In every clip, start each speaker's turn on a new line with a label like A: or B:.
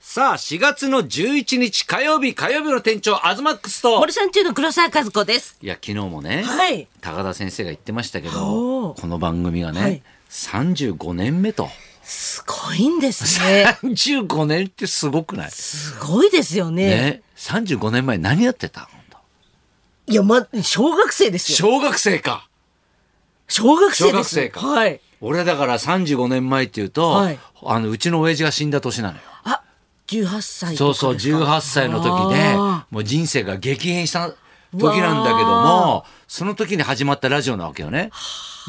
A: さあ、4月の11日火曜日、火曜日の店長、アズマックスと。
B: 森さん中の黒沢和子です。
A: いや、昨日もね、
B: はい
A: 高田先生が言ってましたけ
B: お
A: ど、
B: ー
A: この番組がね、
B: はい
A: 35年目と。
B: すごいんです ね。
A: 35年ってすごくない
B: すごいですよね。
A: ね。35年前何やってた本当
B: いや、ま、小学生ですよ。
A: 小学生か。
B: 小学生
A: 小
B: で
A: 学
B: すよ
A: 生か。
B: はい。
A: 俺だから35年前っていうと、
B: はい
A: あの、うちの親父が死んだ年なのよ。
B: あ、18歳
A: そ
B: と
A: うそ
B: か
A: う、
B: ですか。
A: 18歳の時で
B: あ、
A: もう人生が激変した時なんだけども、その時に始まったラジオなわけよね。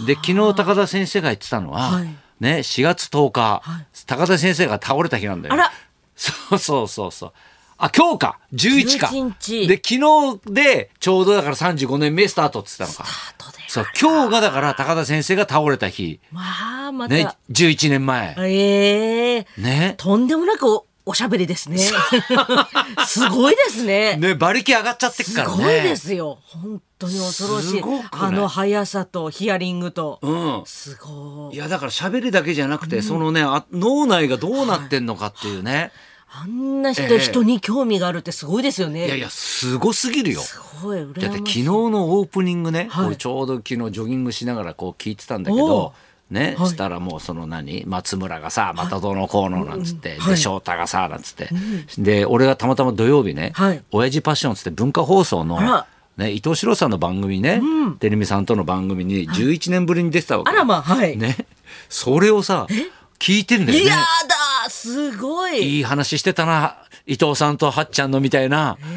A: で、昨日高田先生が言ってたのは、
B: はい
A: ね、4月10日、
B: はい
A: 高田先生が倒れた日なんだよ。
B: あら
A: そうそうそうそう。あ、今日か !11 か
B: 11日
A: で、昨日でちょうどだから35年目スタートって言ってたのか。
B: ー後で。
A: そう、今日がだから高田先生が倒れた日。
B: まあ、また。
A: ね、11年前。
B: ええ
A: ね。
B: とんでもなくおおしゃべりですね。 すごいですね。
A: ね、馬力上がっちゃってっ
B: す
A: からね。
B: ごいですよ。本当に恐ろし
A: す
B: い
A: ごくない。
B: あの速さとヒアリングと。
A: うん。
B: すご
A: い
B: い。
A: やだから喋りだけじゃなくて、そのねあ脳内がどうなってんのかっていうね、
B: あんな人、
A: ええ
B: 人に興味があるってすごいですよね。
A: い、やいやすごすぎるよ。
B: すごい羨ましい。
A: だって昨日のオープニングね、
B: はい
A: 俺ちょうど昨日ジョギングしながらこう聞いてたんだけ
B: お
A: ど
B: う。
A: ね、
B: はい
A: したらもうその何松村がさまたどうのこうのなんつって、
B: はい
A: で翔太がさなんつって、で俺がたまたま土曜日ね「
B: はい
A: 親父パッション」っつって文化放送の
B: あら、
A: ね、伊藤四郎さんの番組ね、テレミさんとの番組に11年ぶりに出てたわけ
B: あ
A: よ、
B: らまあ、はい。
A: ね、それをさ聞いてんだよね。
B: いやだすごい
A: いい話してたな、伊藤さんとはっちゃんのみたいな。え
B: え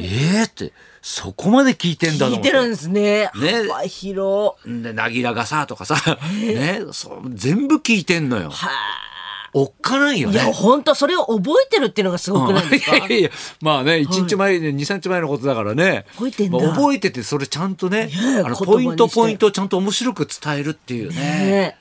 B: ー
A: えって、そこまで聞いてんだと
B: 聞
A: 思
B: い
A: って
B: てるんですね。
A: ね
B: 幅広。
A: で、なぎらがさ、とかさ、ね、そう、全部聞いてんのよ。
B: は
A: おっかないよ
B: あ。いや、
A: ね。
B: 本当それを覚えてるっていうのがすごくないですか、
A: いやいやまあね、一日前で、二三日前のことだからね。
B: 覚えてんだ
A: まあ覚えてて、それちゃんとね、
B: え
A: あの、
B: 言葉にして
A: ポイントポイントをちゃんと面白く伝えるっていう ね。
B: ね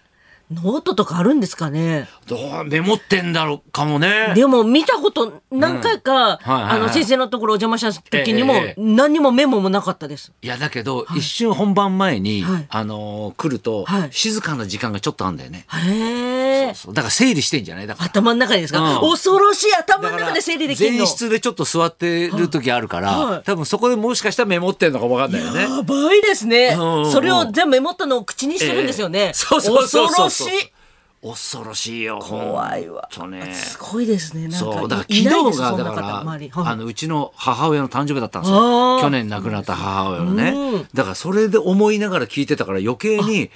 B: ノートとかあるんですかね
A: どうメモってんだろうかもね。
B: でも見たこと何回か、
A: はいはいはい
B: あの先生のところお邪魔した時にも、
A: えええ
B: 何にもメモもなかったです。
A: いや、だけど、一瞬本番前に
B: はい、
A: あのー、来ると
B: は、い
A: 静かな時間がちょっとあるんだよね。
B: へえ。
A: そうだから整理してんじゃないだから。
B: 頭の中にですか、
A: うん
B: 恐ろしい頭
A: だ
B: の
A: か
B: 中
A: ら
B: で整理できるの。
A: 前室でちょっと座ってる時あるから、
B: はいはい
A: 多分そこでもしかしたらメモってんのかわかんないよね。
B: やばいですね。
A: うんうんうん
B: それを全部メモったのを口にしてるんですよね。
A: ええそうそうそうそうそう
B: 恐ろしい。
A: 恐ろしいよ。
B: 怖いわ
A: ほんとね。
B: すごいですね。なん
A: そう
B: か
A: だから
B: いない
A: 昨
B: で
A: 日
B: す
A: が
B: そん
A: だ
B: な
A: か
B: 方
A: ら、
B: 周りはい
A: あのうちの母親の誕生日だったんですよ
B: あー
A: 去年亡くなった母親の
B: う
A: ね
B: ん
A: だからそれで思いながら聞いてたから余計に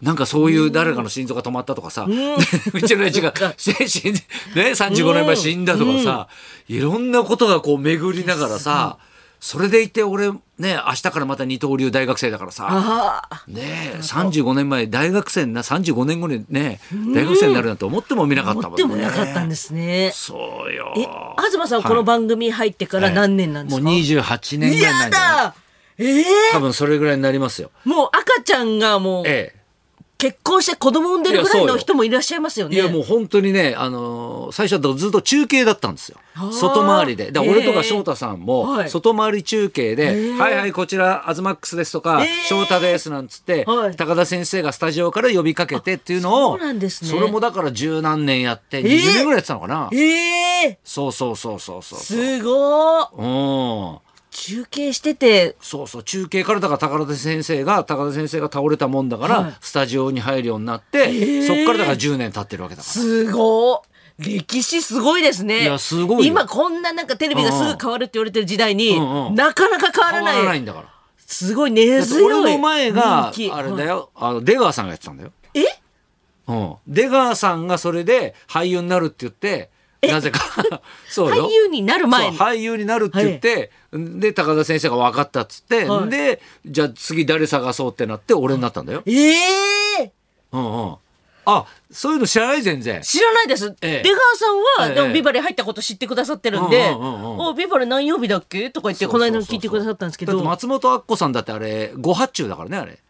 A: なんかそういう誰かの心臓が止まったとか さ、うちの親父が死ん ね35年前死んだとかさ、いろんなことがこう巡りながらさそれでいて俺ね明日からまた二刀流大学生だからさ
B: ああ
A: ねえ、35年前大学生にな35年後にね大学生になるなんて思ってもみなかったもん
B: 持っ
A: ね。
B: てもなかったんですね。
A: そうよ。
B: え、東さんはこの番組入ってから何年なんですか。
A: もう28年ぐらいになるん
B: や
A: じゃない
B: だ。ええ
A: 多分それぐらいになりますよ。
B: もう赤ちゃんがもう
A: え
B: 結婚して子供産んでるぐらい
A: いやそう
B: の
A: よ
B: 人もいらっしゃいますよ
A: え。
B: ね。
A: いやもう本当にね、あのー最初はずっと中継だったんですよ
B: あー。
A: 外回りで。だから俺と
B: え
A: か
B: え
A: 翔太さん
B: は
A: も、
B: い
A: 外回り中継で、
B: ええ
A: はいはい、こちら、アズマックスですとか
B: ええ、
A: 翔太ですなんつって
B: は、い
A: 高田先生がスタジオから呼びかけてっていうの
B: あ
A: を、
B: そうなんですね
A: それもだから十何年やって、20
B: え
A: 年ぐらいやってたのかな。
B: ええ
A: そうそうそうそうそうそう。
B: すごー。
A: うん。
B: 中継してて
A: そうそう中継からだから高田先生が高田先生が倒れたもんだから、
B: はい
A: スタジオに入るようになって、
B: ー
A: そっからだから10年経ってるわけだから。
B: すごい歴史すごいですね。
A: いやすごいよ
B: 今こんななんかテレビがすぐ変わるって言われてる時代に、
A: うんうん
B: なかなか変わ
A: 変
B: らな
A: わ
B: い。
A: らないんだから。
B: すごい根
A: だって
B: 強い。
A: 俺の前が
B: 人気
A: あれだ
B: はい
A: よ、あの出川さんがやってたんだよ。
B: え
A: うん、出川さんがそれで俳優になるって言ってなぜか そうよ
B: 俳優になる前
A: そう
B: に。
A: 俳優になるって言って、で高田先生が分かったっつって、
B: はい
A: でじゃあ次誰探そうってなって俺になったんだよ。
B: ええ
A: うんうん、あそういうの知らない全然。
B: 知らないです。
A: ええ
B: 出川さんは、
A: ええ
B: でもビバレー入ったこと知ってくださってるんで、
A: うんうんうんうん
B: おビバレー何曜日だっけとか言ってこの間聞いてくださったんですけど、
A: だ って松本明子さんだってあれご発注だからねあれ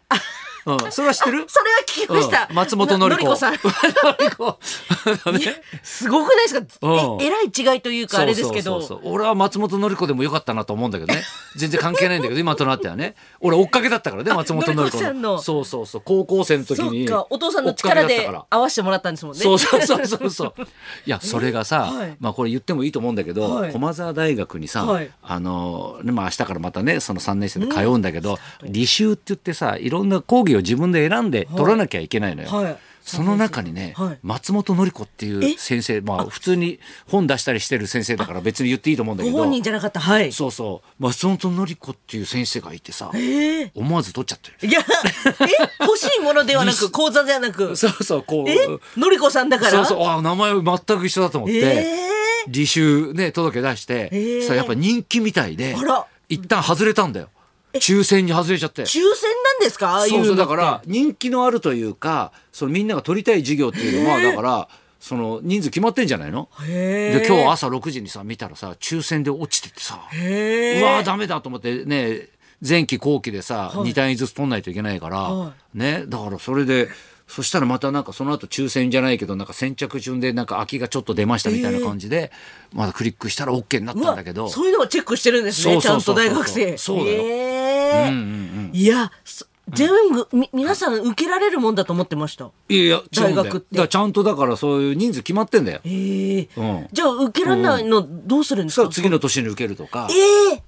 A: うん、それは知ってる
B: それは聞きました。
A: うん松本のり子
B: のさん。
A: だね
B: いやすごくないですか、
A: うん
B: ええらい違いというかあれですけ
A: そ
B: ど
A: うそうそうそう俺は松本紀子でもよかったなと思うんだけどね全然関係ないんだけど今となってはね俺追っかけだったからね松本紀
B: 紀子
A: 子
B: さんの
A: そうそうそう高校生の時
B: そ
A: に
B: っかお父さんの力
A: 追っかけ
B: で
A: だったから
B: 合わせてもらったんですもんね
A: そうそうそうそうそうい やそれがさ、
B: はい
A: まあこれ言ってもいいと思うんだけど、
B: はい
A: 駒澤大学にさ、
B: はい
A: あのねまあ明日からまたねその3年生で通うんだけど、履修って言ってさいろんな講義を自分で選んで取らなきゃいけないのよ。
B: はい
A: その中にね、
B: はい
A: 松本紀子っていう先生まあ普通に本出したりしてる先生だから別に言っていいと思うんだ
B: ご
A: けど
B: 本人じゃなかったはい
A: そうそう松本紀子っていう先生がいてさ
B: ええ
A: 思わず取っちゃってる。
B: いやえ欲しいものではな く講座ではなく
A: そうそうこう
B: えのりこさんだから
A: そうそうあ名前全く一緒だと思って。
B: え
A: 履修ね届け出して、
B: へえ
A: そしたらやっぱ人気みたいで
B: あら
A: 一旦外れたんだよ抽選に外れちゃって
B: 抽選なんですかああいう
A: そう
B: のって
A: そうだから人気のあるというかそのみんなが取りたい授業っていうのは
B: へえ
A: だからその人数決まってんじゃないの
B: へえ
A: で今日朝6時にさ見たらさ抽選で落ちててさ
B: へえ
A: うわーダメだと思ってね前期後期でさ、
B: い
A: 2単位ずつ取んないといけないから、
B: は
A: ねだからそれでそしたらまたなんかその後抽選じゃないけどなんか先着順でなんか空きがちょっと出ましたみたいな感じで、まだクリックしたら OK になっ
B: う
A: たん
B: わ
A: だけど
B: そういうのをチェックしてるんですね
A: そうそうそうそう
B: ちゃんと大学生
A: そうだよ
B: ええいやそ全部、み皆さん受けられるもんだと思ってました
A: いやいや違うんだよ
B: 大学って
A: だからちゃんとだからそういう人数決まってんだよ。
B: ええ
A: うん
B: じゃあ受けられないのどうするんで
A: そした
B: す
A: ら
B: か
A: 次の年に受けるとか
B: ええ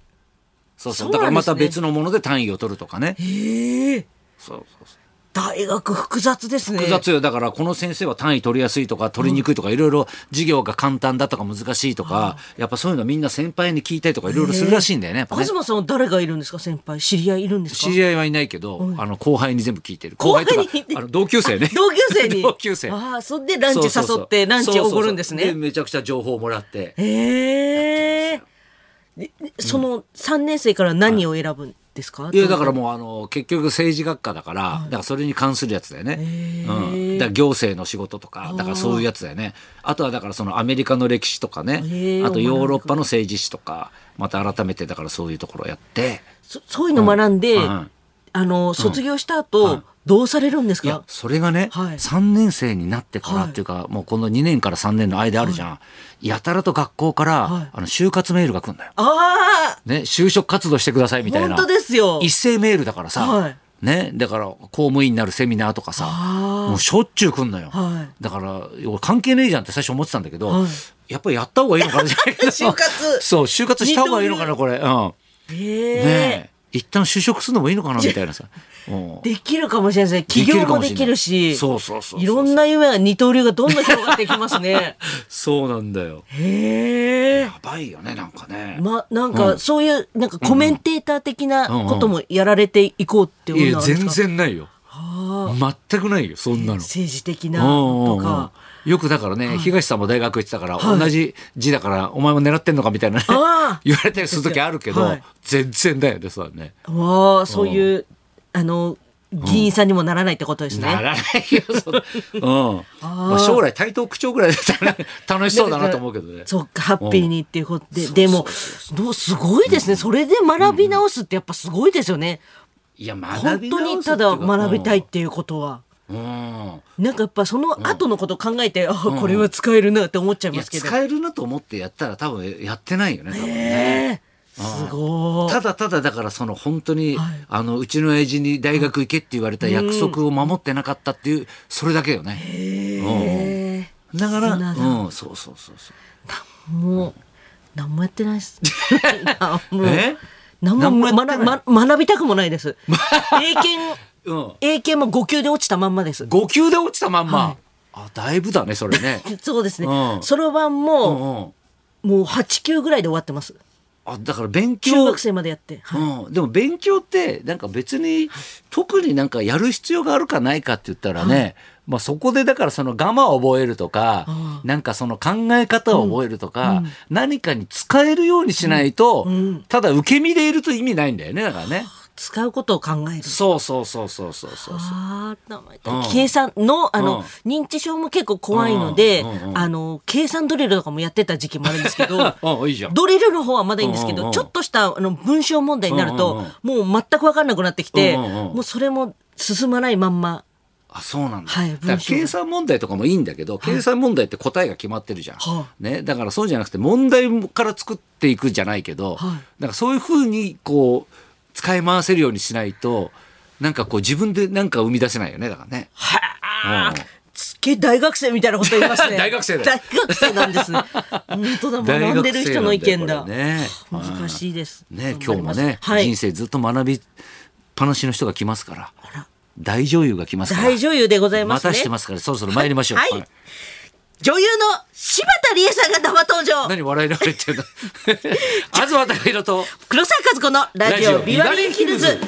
A: そうそう
B: そうなんですね
A: だからまた別のもので単位を取るとかね。
B: ええ
A: そうそうそう
B: 大学複雑ですね
A: 複雑よだからこの先生は単位取りやすいとか取りにくいとかいろいろ授業が簡単だとか難しいとかやっぱそういうのみんな先輩に聞いたりとかいろいろするらしいんだよねやっぱね。
B: 東さんは誰がいるんですか先輩知り合いいるんですか
A: 知り合いはいないけど、あの後輩に全部聞いてる
B: 後
A: 後
B: 輩
A: 輩
B: に
A: とかあの同級生ね
B: 同級生 に
A: 同級生
B: ああそんでランチ誘ってランチおごるんですね
A: そうそうそうめちゃくちゃ情報をもらって
B: ええでその三年生から何を選ぶんですか、
A: いやだからもうあの結局政治学科だから、だからそれに関するやつだよね、うん、だから行政の仕事とかだからそういうやつだよねあとはだからそのアメリカの歴史とかね
B: へえ
A: あとヨーロッパの政治史とかまた改めてだからそういうところをやって
B: そそういうの学んで、
A: うんはい
B: あの卒業した後、どうされるんです
A: いや
B: か
A: それがね、
B: はい
A: 3年生になってから
B: はい
A: っていうか、もうこの2年から3年の間あるじゃん、やたらと学校から、
B: はい
A: あの就活メールが来るんだよ。
B: ああ
A: ね、就職活動してくださいみたいな
B: 本当ですよ
A: 一斉メールだからさ、
B: はい
A: ね、だから公務員になるセミナーとかさ
B: あー
A: もうしょっちゅう来んのよ、
B: は
A: だから俺関係ねえじゃんって最初思ってたんだけど、
B: はい
A: やっぱりやった方がいいのかなじゃないけど
B: 就活
A: そう就活した方がいいのかなこれ、うん
B: へえ
A: ねえ一旦就職するのもいいのかなみたい なさ、うん
B: できるかもしれないですね。起業もできる
A: できるかもしれ
B: し、
A: ないそうそうそうそう
B: いろんな夢は二刀流がどんどん広がっていきま すね。
A: そうなんだよ
B: へえ。
A: やばいよねなんかね、
B: ま、なんか、そういう、なんかコメンテーター的なこともやられていこうって思う
A: いや
B: のはあるんです
A: 全
B: か
A: 然ないよ
B: あ
A: 全くないよそんなの
B: ー政治的な
A: うんうん
B: と
A: うん
B: か。
A: よくだからね、東さんも大学行ってたから、同じ字だからお前も狙ってんのかみたいなね
B: あー
A: 言われたりする時あるけど、
B: はい
A: 全然だよねそれね。
B: わあ、そういう、あの、議員さんにもならないってことです
A: な
B: ね。
A: らないよそんな、うんまあ、将来台東区長ぐらいだったらね 楽しそうだなと思うけどね。
B: そっか、ハッピーにっていうことで、
A: うん
B: で
A: そう
B: も
A: そう、
B: どうすごいですね。それで学び直すってやっぱすごいですよね。
A: いや
B: 本
A: 学び
B: 当
A: 直
B: に
A: すったてい
B: だ
A: うか
B: 学びたいっ。ていうこと
A: う
B: は。
A: んうん
B: なんかやっぱその後のことを考えて、あこれは使えるなって思っちゃい
A: い
B: ま
A: や
B: すけど。
A: 使えるなと思ってやったら多分やってないよね多分ね。
B: ええすごい。
A: ただただだからその本当に、
B: はい
A: あのうちの親父に大学行けって言われた約束を守ってなかったっていう、それだけよね。
B: え
A: うんだから、
B: 砂だ
A: うん、そうそうそうそう。
B: えもう、何もやってないです。も う
A: え
B: 何も
A: 何もやってない
B: 学学学びたくもないです。英検、
A: うん、
B: 英検も5級で落ちたまんまです。
A: 5級で落ちたまんま。あ、だいぶだね、それ ね。
B: そうです
A: う
B: ね。
A: ん
B: そろばん
A: うん
B: も、
A: うん。
B: もう8級ぐらいで終わってます。
A: あ、だから勉強。
B: 中学生までやって。はい
A: うん、でも勉強ってなんか別に特になんかやる必要があるかないかって言ったらね、まあ、そこでだからその我慢を覚えるとか、
B: あ
A: なんかその考え方を覚えるとか、何かに使えるようにしないと、ただ受け身でいると意味ないんだよねだからね。
B: 使うことを考える。
A: そうそうそうそうそうそうそう。
B: あー名前
A: うん
B: 計算のあの、
A: うん
B: 認知症も結構怖いので、
A: うんうんうん
B: あの計算ドリルとかもやってた時期もあるんです けど
A: あいいじゃん。
B: ドリルの方はまだいいんですけど、
A: うんうんうん
B: ちょっとしたあの文章問題になると、
A: うん
B: もう全く分かんなくなってきて、
A: うんうんうん
B: もうそれも進まないまんま。
A: あそうなんだ,、
B: はい
A: だから
B: 文章が
A: 計算問題とかもいいんだけど、計算問題って答えが決まってるじゃん、
B: はあ
A: ね、だからそうじゃなくて問題から作っていくじゃないけど、
B: はい
A: なんかそういうふうにこう使い回せるようにしないとなんかこう自分でなんか生み出せないよねだからね。
B: はあ
A: うん。
B: すっげえ大学生みたいなこと言います ね。
A: 大学生だ
B: 大
A: よ
B: 学生な んですね。本当だ、
A: 大
B: 学ん
A: 学
B: でる人の意見だ。
A: 生なんよこれね
B: 難しいです。
A: ね、今日
B: 頑張り
A: も
B: ます
A: ね、
B: はい
A: 人。生ずっと学びっぱなしの人が来ますから
B: ら
A: 大女優が来ますから
B: 大女優でございますね。
A: たしてますからそろそろ参りましょう、
B: はい女優の柴田理恵さんが生登場。
A: 何笑いながら言ってん だ東隆弘と
B: 黒沢和子のラジオビバリーヒルズ。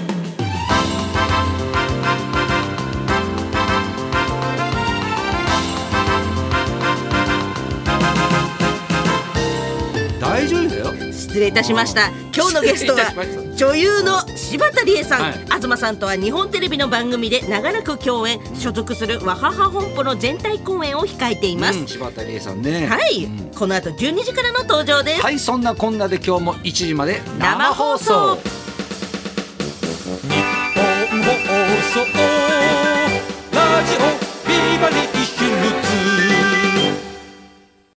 A: 大女優だよ
B: 失礼いたしました今日のゲストは
A: 失礼いたしま
B: 女優の柴田理恵さん、
A: はい
B: 東さんとは日本テレビの番組で長らく共演所属するわはは本舗の全体公演を控えています、
A: うん、柴田理恵さんね
B: はい、この後12時からの登場です、
A: はいそんなこんなで今日も1時まで
B: 生放送
A: 日本放送